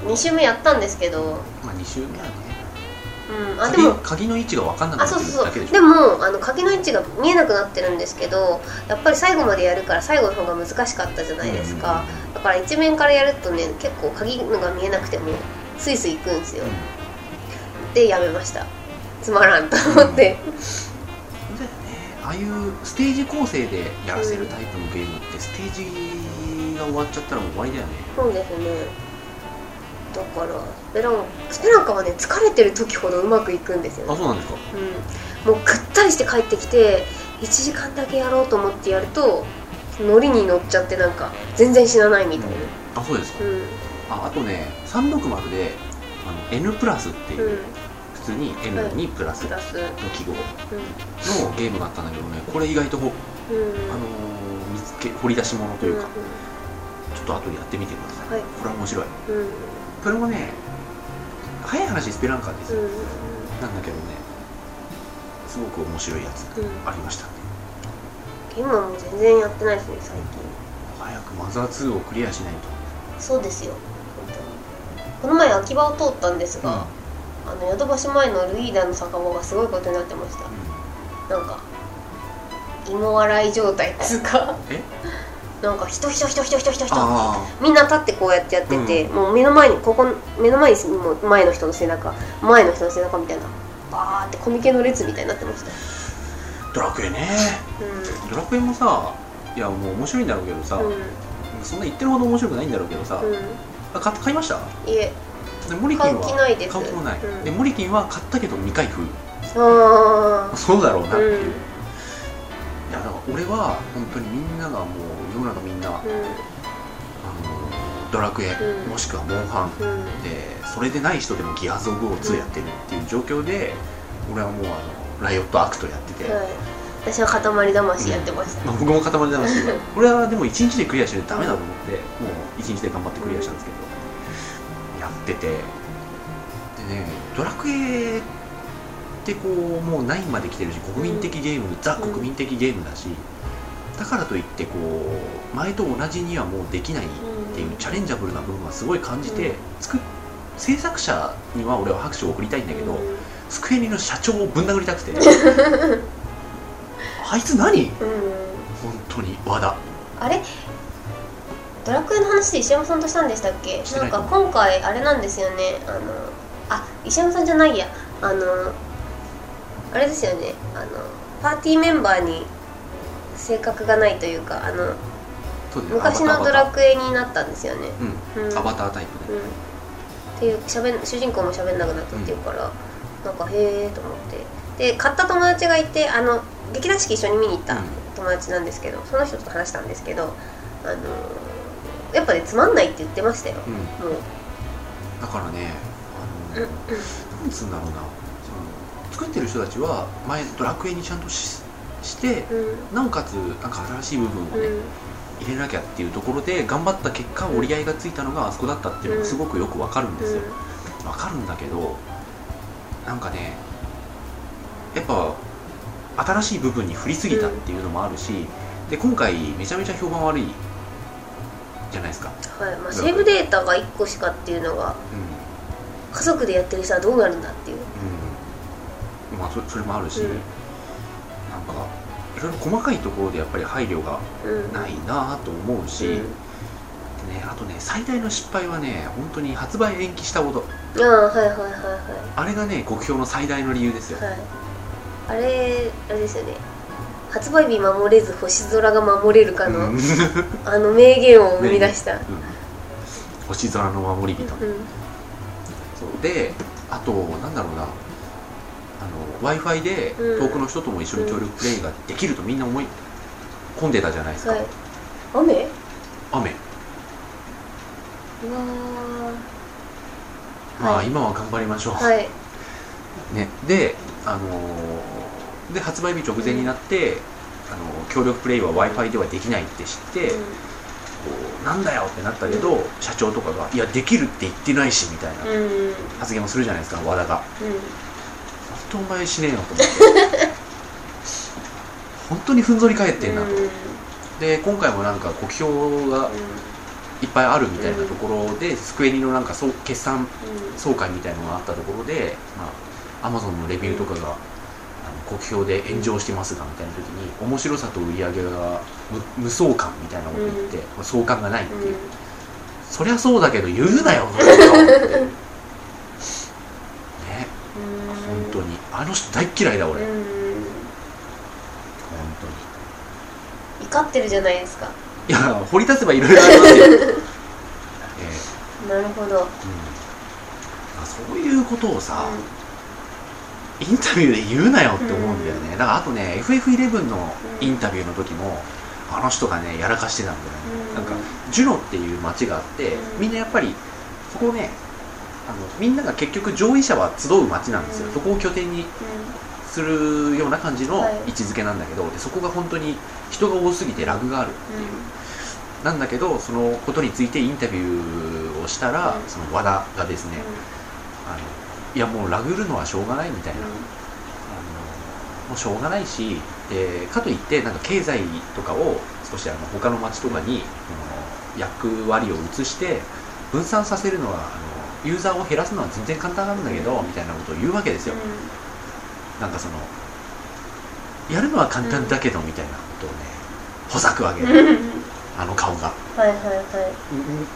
Speaker 2: 2周目やったんですけど
Speaker 1: まあ2周目はね
Speaker 2: うんあで
Speaker 1: 鍵
Speaker 2: も
Speaker 1: 鍵の位置が分かんなくな
Speaker 2: あ
Speaker 1: って
Speaker 2: そう
Speaker 1: る
Speaker 2: そう
Speaker 1: だけで
Speaker 2: そう
Speaker 1: しょ
Speaker 2: でもあの鍵の位置が見えなくなってるんですけどやっぱり最後までやるから最後の方が難しかったじゃないですか、だから一面からやるとね結構鍵のが見えなくてもスイスイ行くんですよでやめましたつまらんと
Speaker 1: そ
Speaker 2: 思って、
Speaker 1: うだよねああいうステージ構成でやらせるタイプのゲームってステージが終わっちゃったらもう終わりだよね
Speaker 2: そうですねだからスペランスペランカはね疲れてる時ほどうまくいくんですよ
Speaker 1: あ
Speaker 2: ね、
Speaker 1: そうなんですか
Speaker 2: うん、もうぐったりして帰ってきて1時間だけやろうと思ってやるとノリに乗っちゃってなんか全然死なないみたいな
Speaker 1: あそうですか、
Speaker 2: うん
Speaker 1: ああとね360であの N プラスっていう、
Speaker 2: うん
Speaker 1: 普通に N にプラス
Speaker 2: プ
Speaker 1: の
Speaker 2: ラスうん
Speaker 1: 記号のゲームがあったんだけどねこれ意外とほ、
Speaker 2: うん
Speaker 1: あのー見つけ掘り出し物というか、ちょっと後でやってみてください、
Speaker 2: はい
Speaker 1: これは面白い
Speaker 2: うんうん
Speaker 1: これもね早い話スペランカーです
Speaker 2: う
Speaker 1: よ、
Speaker 2: ん
Speaker 1: なんだけどねすごく面白いやつ
Speaker 2: うん
Speaker 1: ありましたね
Speaker 2: ゲームはもう全然やってないですね最近
Speaker 1: 早くマザー2をクリアしないと
Speaker 2: そうですよ本当にこの前秋葉を通ったんですが、あのヨドバシ前のルイーダーの酒場がすごいことになってましたなんか芋洗い状態っつうか
Speaker 1: え
Speaker 2: なんか人人人人人人人
Speaker 1: あ
Speaker 2: みんな立ってこうやってやってて、もう目の前にここ目の前にもう前の人の背中前の人の背中みたいなバーってコミケの列みたいになってました
Speaker 1: あドラクエね
Speaker 2: う
Speaker 1: ドラクエもさいやもう面白いんだろうけどさ、
Speaker 2: んうん
Speaker 1: そんな言ってるほど面白くないんだろうけどさ、
Speaker 2: う
Speaker 1: あ買った買いました
Speaker 2: んいえ
Speaker 1: でモリキンは
Speaker 2: 買う気ないです
Speaker 1: 買う気もない、
Speaker 2: うん
Speaker 1: でモリキンは買ったけど未開封
Speaker 2: あ
Speaker 1: そうだろうなっ
Speaker 2: あう
Speaker 1: てい
Speaker 2: ん
Speaker 1: う、いやだから俺は本当にみんながもう世の中みんな、あのドラクエ、
Speaker 2: うん
Speaker 1: もしくはモンハン
Speaker 2: うんうん
Speaker 1: でそれでない人でもギアーズ・オブ・オー2やってるっていう状況で、俺はもうあのライオット・アクトやってて、
Speaker 2: はい私は塊魂やってました、
Speaker 1: まあ、僕も固まりだし 俺はでも1日でクリアしないとダメだと思ってもう1日で頑張ってクリアしたんですけどやっててでねドラクエってこうもう9まで来てるし国民的ゲーム、ザ
Speaker 2: うん
Speaker 1: 国民的ゲームだしだからといってこう前と同じにはもうできないっていうチャレンジャブルな部分はすごい感じ
Speaker 2: う
Speaker 1: て
Speaker 2: ん
Speaker 1: 作っ制作者には俺は拍手を送りたいんだけど、
Speaker 2: うん
Speaker 1: スクエニの社長をぶん殴りたく てあいつ何
Speaker 2: うん
Speaker 1: 本当に和田
Speaker 2: あれドラクエの話で石山さんとしたんでしたっけ
Speaker 1: して
Speaker 2: な
Speaker 1: なんいと
Speaker 2: か
Speaker 1: 思う
Speaker 2: 今回あれなんですよねあのあ石山さんじゃないやあのあれですよねあのパーティーメンバーに性格がないというかあの
Speaker 1: そうだよア
Speaker 2: 昔の
Speaker 1: バタ
Speaker 2: ド
Speaker 1: ーア
Speaker 2: ラ
Speaker 1: バ
Speaker 2: クエになったんですよね
Speaker 1: ターうん
Speaker 2: うん
Speaker 1: アバタータイプ
Speaker 2: う
Speaker 1: ね
Speaker 2: んっていうしゃべん主人公も喋んなくなったっていうから、なんかへえと思ってで買った友達がいてあの劇団四季一緒に見に行った
Speaker 1: うん
Speaker 2: 友達なんですけど、その人と話したんですけどあのーやっぱねつまんないって言ってましたよも
Speaker 1: うん、
Speaker 2: う
Speaker 1: だからねあのなんつうんだろうなその作ってる人たちは前ドラクエにちゃんとしして
Speaker 2: うんうん
Speaker 1: なおかつなんか新しい部分をね、入れなきゃっていうところで頑張った結果折り合いがついたのがあそこだったっていうのがすごくよくわかるんですよ、わかるんだけどなんかねやっぱ新しい部分に振りすぎたっていうのもあるし、で今回めちゃめちゃ評判悪いじゃないですか、
Speaker 2: はいまあ、セーブデータが1個しかっていうのが
Speaker 1: う
Speaker 2: 家族でやってる人はどうなるんだっていう、
Speaker 1: んうんまあそそれもあるし、
Speaker 2: うん
Speaker 1: なんかいろいろ細かいところでやっぱり配慮が
Speaker 2: うん、
Speaker 1: ないなぁと思うし、
Speaker 2: うん
Speaker 1: でね、あとね最大の失敗はね本当に発売延期したこと
Speaker 2: ああはいはいはいはい
Speaker 1: あれがね酷評の最大の理由ですよ、
Speaker 2: はい、あれあれですよね発売日守れず星空が守れるかの、
Speaker 1: うん
Speaker 2: あの名言を生み出した、
Speaker 1: うん星空の守り人、
Speaker 2: うん
Speaker 1: そうであとなんだろうな w i f i で
Speaker 2: うん
Speaker 1: 遠くの人とも一緒に協力プレイができるとみんな思い込んでたじゃないですか、
Speaker 2: はい雨
Speaker 1: 雨
Speaker 2: うわ
Speaker 1: ま
Speaker 2: は
Speaker 1: あ
Speaker 2: い
Speaker 1: 今は頑張りましょう、
Speaker 2: ーはい
Speaker 1: ね、で,、あのーで発売日直前になって、あのー協力プレイは w i f i ではできないって知って、こうなんだよってなったけど、社長とかが「いやできるって言ってないし」みたいな
Speaker 2: うんうん
Speaker 1: 発言をするじゃないですか和田が
Speaker 2: うん
Speaker 1: 当お前死ねえなと思って 本当にふんぞり返ってんなと、
Speaker 2: うん
Speaker 1: で今回もなんか酷評がいっぱいあるみたいなところで、スクエニのなんかそう決算総会みたいのがあったところで、まあ、アマゾンのレビューとかが、あの酷評で炎上してますがみたいな時に面白さと売り上げが無無相関みたいなこと言って、相関がないって
Speaker 2: うん
Speaker 1: いうう、
Speaker 2: ん
Speaker 1: そりゃそうだけど言うなよそんなことっ てね本当にあの人大っ嫌いだ俺、
Speaker 2: う
Speaker 1: 本
Speaker 2: ん
Speaker 1: 当に
Speaker 2: 怒ってるじゃないですか
Speaker 1: いや掘り立てばいろいろあります よ、えー
Speaker 2: なるほど
Speaker 1: うん、そういうことをさ、インタビューで言うなよって思うんだよね、だからあとね FF11 のインタビューの時も、あの人がねやらかしてたんだよね、
Speaker 2: うん
Speaker 1: なんかジュノっていう町があって、
Speaker 2: うん
Speaker 1: みんなやっぱりそこねあのみんなが結局上位者は集う町なんですよ、
Speaker 2: うん
Speaker 1: そこを拠点にするような感じの
Speaker 2: はい
Speaker 1: 位置づけなんだけど、でそこが本当に人が多すぎてラグがある
Speaker 2: うん
Speaker 1: なんだけどそのことについてインタビューをしたら、
Speaker 2: うん
Speaker 1: その和田がですね、あのいやもうラグるのはしょうがないみたいな、
Speaker 2: うん
Speaker 1: あのもうしょうがないしでかといってなんか経済とかを少しあの他の町とかに、あの役割を移して分散させるのはあのユーザーを減らすのは全然簡単なんだけど、みたいなことを言うわけですよ、なんかそのやるのは簡単だけど、みたいなことをねほざくわけ、
Speaker 2: うん
Speaker 1: あの顔が、
Speaker 2: はいはいは
Speaker 1: うんうん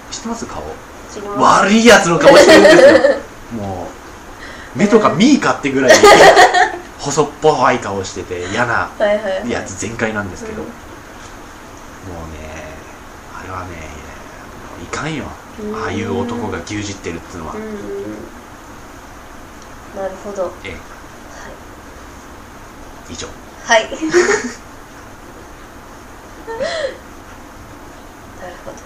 Speaker 1: 知ってます顔
Speaker 2: い知りま
Speaker 1: 悪いやつの顔してるんですよもう目とかミーかってぐらい細っぽい顔してて嫌な
Speaker 2: すはいはいはい
Speaker 1: やつ全開なんですけど、
Speaker 2: うん
Speaker 1: もうねあれはねいかんよ
Speaker 2: うん
Speaker 1: ああいう男が牛耳ってるっつうのは、
Speaker 2: うん
Speaker 1: え
Speaker 2: うんなるほど
Speaker 1: え以上
Speaker 2: はいなるほど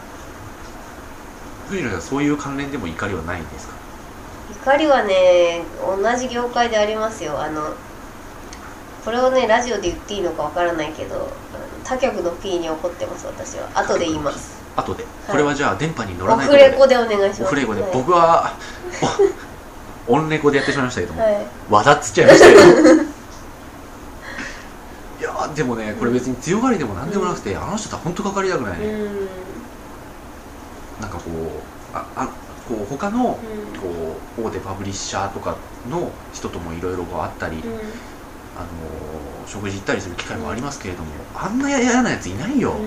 Speaker 1: 藤野さんそういう関連でも怒りはないんですか
Speaker 2: 怒りはね同じ業界でありますよあのこれをねラジオで言っていいのかわからないけどあの他局の P に怒ってます私は後で言います
Speaker 1: 後でこれはじゃあ電波に乗ら
Speaker 2: オ
Speaker 1: ない
Speaker 2: フ
Speaker 1: ところ
Speaker 2: レ
Speaker 1: で
Speaker 2: コでお願いしま
Speaker 1: オ
Speaker 2: す
Speaker 1: フレコで
Speaker 2: はい、
Speaker 1: 僕はお オンレコでやってしまいましたけども、
Speaker 2: はい
Speaker 1: わだっつっちゃいましたよいやーでもねこれ別に強がりでも何でもなくて、あの人とは本当かかりたくない、ね
Speaker 2: うん
Speaker 1: なんかこうああこう他の
Speaker 2: うん
Speaker 1: こう大手パブリッシャーとかの人ともいろいろあったり、
Speaker 2: うん
Speaker 1: あのー食事行ったりする機会もありますけれども、あんな嫌なやついないよ、
Speaker 2: うん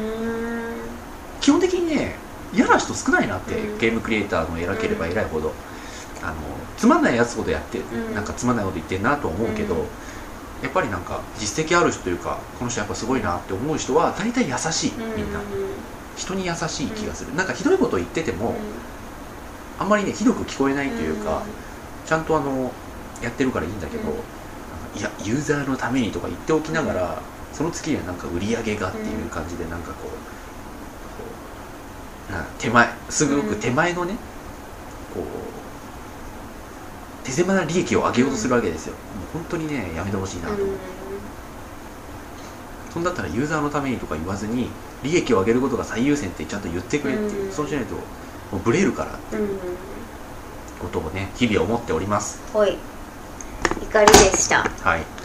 Speaker 1: 基本的にね嫌な人少ないなって、
Speaker 2: うん
Speaker 1: ゲームクリエイターの偉ければ偉いほど、あのつまんないやつほどやって、
Speaker 2: ん
Speaker 1: なんかつまんないこと言ってんなとは思うけど、
Speaker 2: うん
Speaker 1: やっぱりなんか実績ある人というかこの人やっぱすごいなって思う人は大体優しいみんな、人に優しい気がする、なんかひどいこと言ってても、あんまりねひどく聞こえないというか、ちゃんとあのやってるからいいんだけど、
Speaker 2: うん
Speaker 1: なんかいやユーザーのためにとか言っておきながら、その月にはなんか売り上げがっていう感じでなんかこう,こう、な手前すごく手前のね、こう手狭な利益を上げようとするわけですよ、もう本当にねやめてほしいなと
Speaker 2: う
Speaker 1: 思う、
Speaker 2: ん
Speaker 1: そんだったらユーザーのためにとか言わずに利益を上げることが最優先ってちゃんと言ってくれっていう、
Speaker 2: うん
Speaker 1: そうしないともうブレるからって
Speaker 2: うん
Speaker 1: ことをね日々思っております
Speaker 2: ほい怒りでした
Speaker 1: はい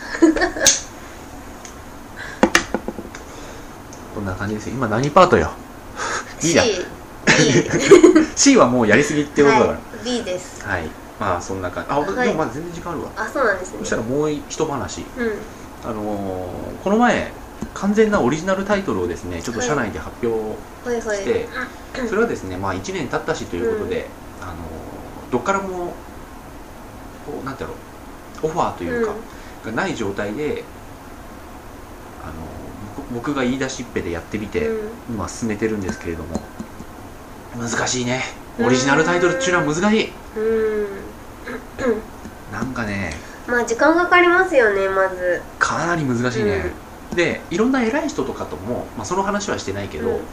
Speaker 1: こんな感じですよ今何パートよいいや
Speaker 2: C
Speaker 1: C はもうやりすぎってことだか
Speaker 2: B です
Speaker 1: らはい、まあそんな感じあ、
Speaker 2: はい
Speaker 1: でもまだ全然時間あるわ
Speaker 2: あそうなんですね
Speaker 1: そしたらもう一話
Speaker 2: うん
Speaker 1: あのーこの前完全なオリジナルタイトルをですねちょっと社内で発表、
Speaker 2: ほいほい
Speaker 1: してそれはですね、まあ、1年経ったしということで、あのどっからもこうなんていうのオファーというか、がない状態であの僕僕が言い出しっぺでやってみて、
Speaker 2: うん
Speaker 1: 今進めてるんですけれども難しいねオリジナルタイトルっていうのは難しい
Speaker 2: うん
Speaker 1: なんかね
Speaker 2: まあ時間かかりますよねまず
Speaker 1: かなり難しいね、でいろんな偉い人とかとも、まあ、その話はしてないけど、
Speaker 2: うん
Speaker 1: あの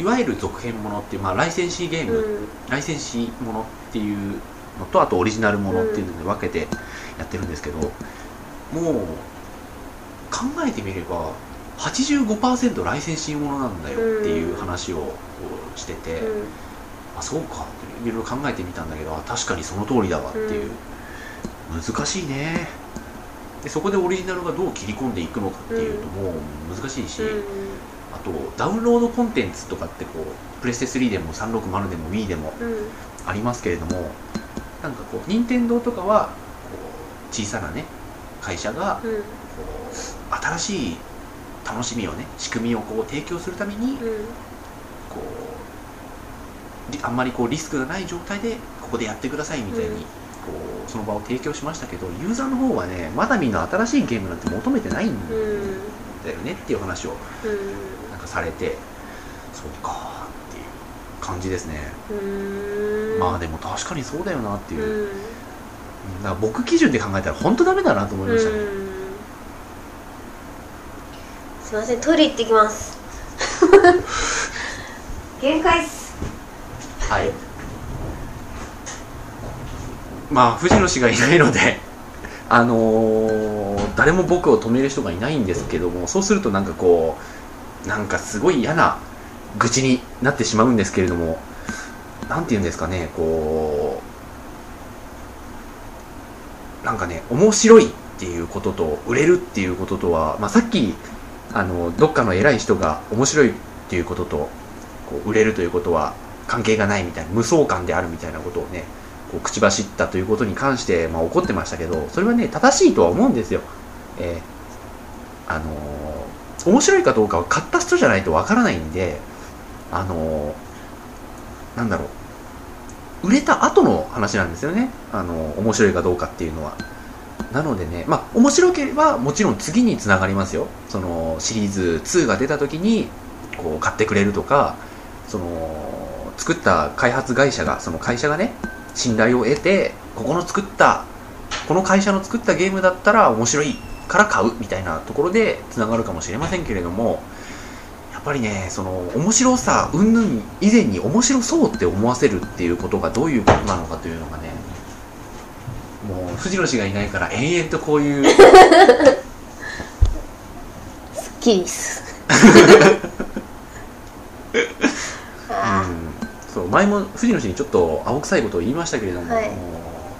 Speaker 1: いわゆる続編ものっていう、まあ、ライセンシーゲーム、
Speaker 2: うん
Speaker 1: ライセンシーものっていうのとあとオリジナルものっていうので分けてやってるんですけど、もう考えてみれば85%ライセンシーものなんだよっていう話をこうしてて、あそうかっていろいろ考えてみたんだけどあ確かにその通りだわっていう、難しいねでそこでオリジナルがどう切り込んでいくのかっていうともう難しいし、あとダウンロードコンテンツとかってこうプレステ3でも360でも Wii でも
Speaker 2: うんうん
Speaker 1: ありますけれどもなんかこう任天堂とかはこう小さなね会社が
Speaker 2: うん
Speaker 1: こう新しい楽しみをね仕組みをこう提供するために
Speaker 2: うん
Speaker 1: こうりあんまりこうリスクがない状態でここでやってくださいみたいに、
Speaker 2: うん
Speaker 1: こうその場を提供しましたけどユーザーの方はねまだみんな新しいゲームなんて求めてないん
Speaker 2: うん
Speaker 1: だよねっていう話を
Speaker 2: うん
Speaker 1: なんかされてそうかっていう感じですね、
Speaker 2: うーん
Speaker 1: まあでも確かにそうだよなって
Speaker 2: う
Speaker 1: い
Speaker 2: ん
Speaker 1: う、だから僕基準で考えたら本当ダメだなと思いましたね、
Speaker 2: うんすいませんトイレ行ってきます限界っす
Speaker 1: はいまあ藤野氏がいないので あのー誰も僕を止める人がいないんですけどもそうするとなんかこうなんかすごい嫌な愚痴になってしまうんですけれどもなんて言うんですかねこうなんかね面白いっていうことと売れるっていうこととは、まあ、さっきあのどっかの偉い人が面白いっていうこととこう売れるということは関係がないみたいな無相関であるみたいなことをねこう口走ったということに関して、まあ、怒ってましたけどそれはね正しいとは思うんですよ、えーあのー面白いかどうかは買った人じゃないとわからないんであのーなんだろう売れた後の話なんですよね、あのー面白いかどうかっていうのはなのでねまあ面白ければもちろん次につながりますよそのシリーズ2が出た時にこう買ってくれるとかその作った開発会社がその会社がね信頼を得てここの作ったこの会社の作ったゲームだったら面白いから買うみたいなところでつながるかもしれませんけれどもやっぱりねその面白さ云々以前に面白そうって思わせるっていうことがどういうことなのかというのがねもう藤野氏がいないから延々とこういう
Speaker 2: すっきりっすあ
Speaker 1: うんそう前も藤野氏にちょっと青臭いことを言いましたけれども、
Speaker 2: はい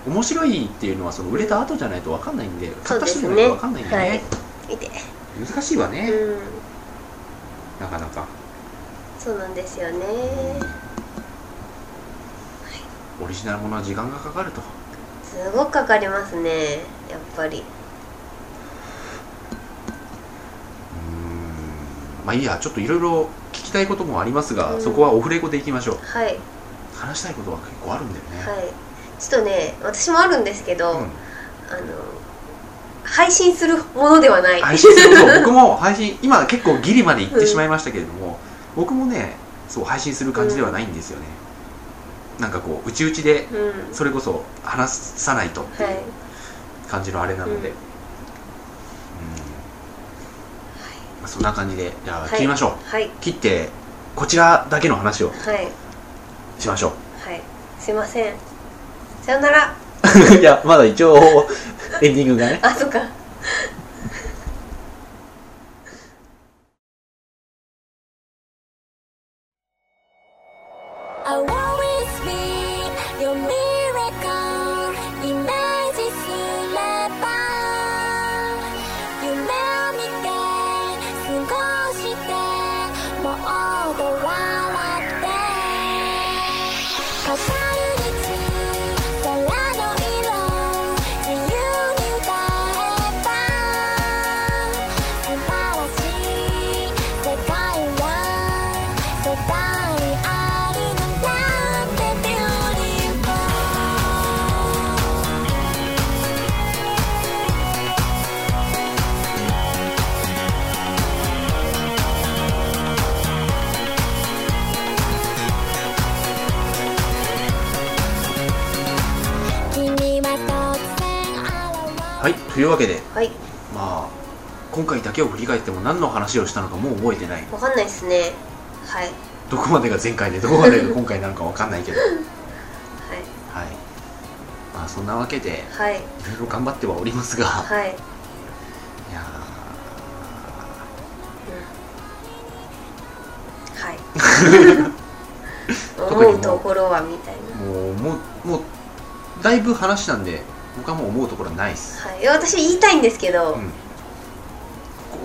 Speaker 1: 面白いっていうのはその売れた後じゃないと分かんないんで
Speaker 2: そ
Speaker 1: 買
Speaker 2: う
Speaker 1: った
Speaker 2: です
Speaker 1: 人じ
Speaker 2: ね
Speaker 1: ゃないと分かんないんでね、
Speaker 2: はいー見て
Speaker 1: 難しいわね、
Speaker 2: うん
Speaker 1: なかなか
Speaker 2: そうなんですよね
Speaker 1: オリジナルものは時間がかかると
Speaker 2: すごくかかりますねやっぱり
Speaker 1: うーんまあいいやちょっといろいろ聞きたいこともありますが、
Speaker 2: うん
Speaker 1: そこはオフレコでいきましょう
Speaker 2: はい
Speaker 1: 話したいことは結構あるんだよね、
Speaker 2: はいちょっとね私もあるんですけど、
Speaker 1: うん
Speaker 2: あの配信するものではない
Speaker 1: 配信するそう僕も配信今結構ギリまで行ってしまいましたけれども、僕もねそう配信する感じではないんですよね、なんかこううちうちで
Speaker 2: うん
Speaker 1: それこそ話さないとっていう
Speaker 2: はい
Speaker 1: 感じのあれなので、うん
Speaker 2: うん
Speaker 1: まあそんな感じでじゃあ切りましょう、
Speaker 2: はい
Speaker 1: 切ってこちらだけの話を
Speaker 2: はい
Speaker 1: しましょ
Speaker 2: はいすいませんさよなら
Speaker 1: う いやまだ一応エンディングがね
Speaker 2: あそっか
Speaker 3: 「I'll always be your miracle」「イメージすれば」「夢を見て過ごしてもう終わって」「飾る日空の色自由に歌えば」「素晴らしい世界は世界にあるのなんて beautiful」「君は突然現れ
Speaker 1: はいというわけで
Speaker 2: はい
Speaker 1: まあ今回だけを振り返っても何の話をしたのかもう覚えてない
Speaker 2: わかんないですねはいは
Speaker 1: どこまでが前回でどこまでが今回なのか分かんないけ どはいまあそんなわけで
Speaker 2: いはい
Speaker 1: いろいろ頑張ってはおりますが、
Speaker 2: はい
Speaker 1: いや
Speaker 2: はい
Speaker 1: 特にもう
Speaker 2: 思うところはみたい
Speaker 1: ーもうもうもうだいぶ話したんで僕はもう思うところはないっす、
Speaker 2: はい、私言いたいんですけど、
Speaker 1: うん、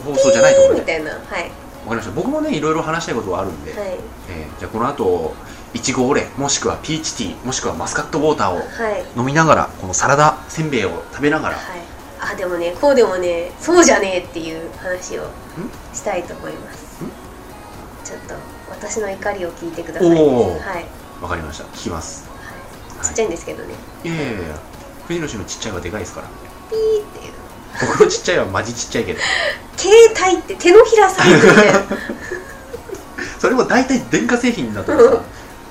Speaker 1: 放送じゃないところ
Speaker 2: ピー
Speaker 1: で
Speaker 2: み
Speaker 1: わか
Speaker 2: たいなはい
Speaker 1: りました僕もねいろいろ話したいことはあるんで、
Speaker 2: はい
Speaker 1: えーじゃあこの後いちごオレもしくはピーチティーもしくはマスカットウォーターを
Speaker 2: はい
Speaker 1: 飲みながらこのサラダせんべいを食べながら
Speaker 2: はいあでもねこうでもねそうじゃねえっていう話をしたいと思います
Speaker 1: ん
Speaker 2: ちょっと私の怒りを聞いてください
Speaker 1: お
Speaker 2: は
Speaker 1: ー
Speaker 2: い、はい、
Speaker 1: わかりました聞きます
Speaker 2: ちっちゃいんですけどね、
Speaker 1: いやいやいや藤野氏のちっちゃいはでかいですから
Speaker 2: ピーっていう
Speaker 1: 僕のちっちゃいはマジちっちゃいけど
Speaker 2: 携帯って手のひらサイズで
Speaker 1: それも大体電化製品だとかさ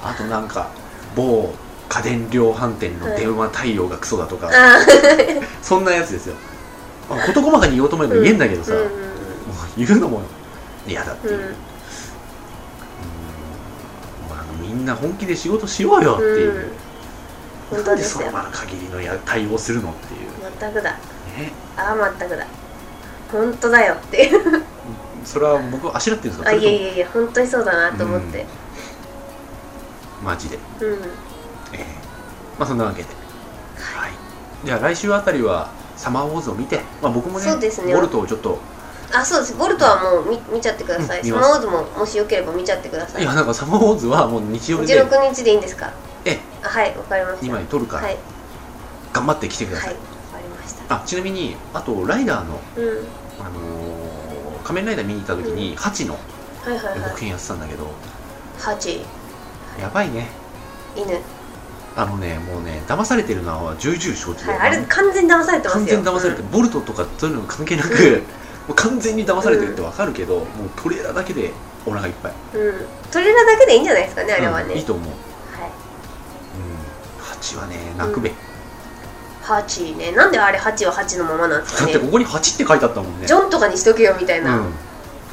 Speaker 1: あとなんか某家電量販店の電話対応がクソだとか、
Speaker 2: あー
Speaker 1: そんなやつですよまあ事細かに言おうと思えば言えんだけどさ、
Speaker 2: うん
Speaker 1: もう言うのも嫌だっていうう、
Speaker 2: んうん
Speaker 1: うんまあみんな本気で仕事しようよっていう、
Speaker 2: うん
Speaker 1: なん
Speaker 2: 本当で
Speaker 1: ですそ
Speaker 2: よ
Speaker 1: んな限りのや対応するのっていう
Speaker 2: 全くだ
Speaker 1: ね
Speaker 2: ああ全くだ本当だよっていう
Speaker 1: それは僕はあしらってるんですか
Speaker 2: あ
Speaker 1: それ
Speaker 2: い
Speaker 1: とも
Speaker 2: やいやいや本当にそうだなと思って
Speaker 1: マジで、
Speaker 2: うん、
Speaker 1: ええまあそんなわけではいじゃあ来週あたりはサマーウォーズを見て、まあ、僕もね
Speaker 2: そうですね
Speaker 1: ボルトをちょっと
Speaker 2: あそうですボルトはもう見見ちゃってくださ
Speaker 1: う
Speaker 2: い、
Speaker 1: ん見
Speaker 2: スマ
Speaker 1: ます
Speaker 2: ホーズももしよければ見ちゃってくださ
Speaker 1: い
Speaker 2: い
Speaker 1: やなんかサマーウォーズはもう日曜日で
Speaker 2: 16日でいいんですか
Speaker 1: ええ
Speaker 2: あはいわかりました
Speaker 1: 今に撮るから
Speaker 2: はい
Speaker 1: 頑張って来てくだ
Speaker 2: は
Speaker 1: さ
Speaker 2: い
Speaker 1: い、
Speaker 2: わかりまし
Speaker 1: あ
Speaker 2: た
Speaker 1: ちなみにあとライダーの、
Speaker 2: うん
Speaker 1: あのー仮面ライダー見に行った時に、ハチの
Speaker 2: はいはい
Speaker 1: 予
Speaker 2: は
Speaker 1: 告編やってたんだけど、
Speaker 2: いハチ
Speaker 1: やばいね
Speaker 2: 犬
Speaker 1: あのねもうね騙されてるのは重々承知で、
Speaker 2: はいあれ完全に騙されてますよ
Speaker 1: 完全に騙されてる、ボルトとかそういうの関係なくもう完全に騙されてるってわかるけど、もうトレーラーだけでお腹いっぱい
Speaker 2: うん、うんトレーラーだけでいいんじゃないですかねあれはね、
Speaker 1: うんいいと思う、
Speaker 2: はい
Speaker 1: うん、ハチはね泣くべ、
Speaker 2: ハチねなんであれハチはハチのままなんですか
Speaker 1: だってこ
Speaker 2: ね
Speaker 1: こにハチって書いてあったもんね
Speaker 2: ジョンとかにしとけよみたいな、
Speaker 1: うん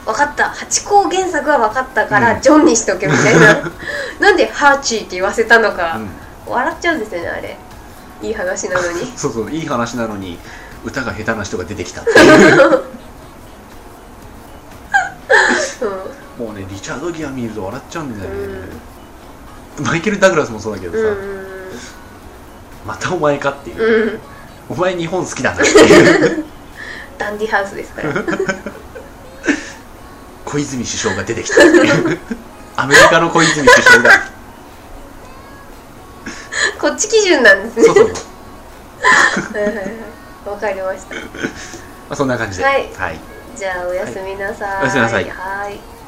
Speaker 2: 分かったハチ公原作は分かったから、
Speaker 1: うん
Speaker 2: ジョンにしとけみたい ななんでハーチーって言わせたのか、
Speaker 1: うん
Speaker 2: 笑っちゃうんですよねあれいい話 なのに
Speaker 1: そうそういい話なのに歌が下手な人が出てきたっていう
Speaker 2: う
Speaker 1: もうねリチャード・ギア見ると笑っちゃうんだよ
Speaker 2: ん
Speaker 1: ね、マイケル・ダグラスもそうだけど
Speaker 2: う
Speaker 1: さ、
Speaker 2: ん
Speaker 1: またお前かっていう、
Speaker 2: うんうん
Speaker 1: お前日本好きだなっていう
Speaker 2: ダンディハウスですから
Speaker 1: 小泉首相が出てきたっていう アメリカの小泉首相が
Speaker 2: こっち基準なんですね
Speaker 1: そうそうそう、ま
Speaker 2: はいはいはいわかりました
Speaker 1: あ、そんな感じで
Speaker 2: はい
Speaker 1: はい
Speaker 2: じゃあおやすみなさい
Speaker 1: はいおやすみなさい
Speaker 2: はい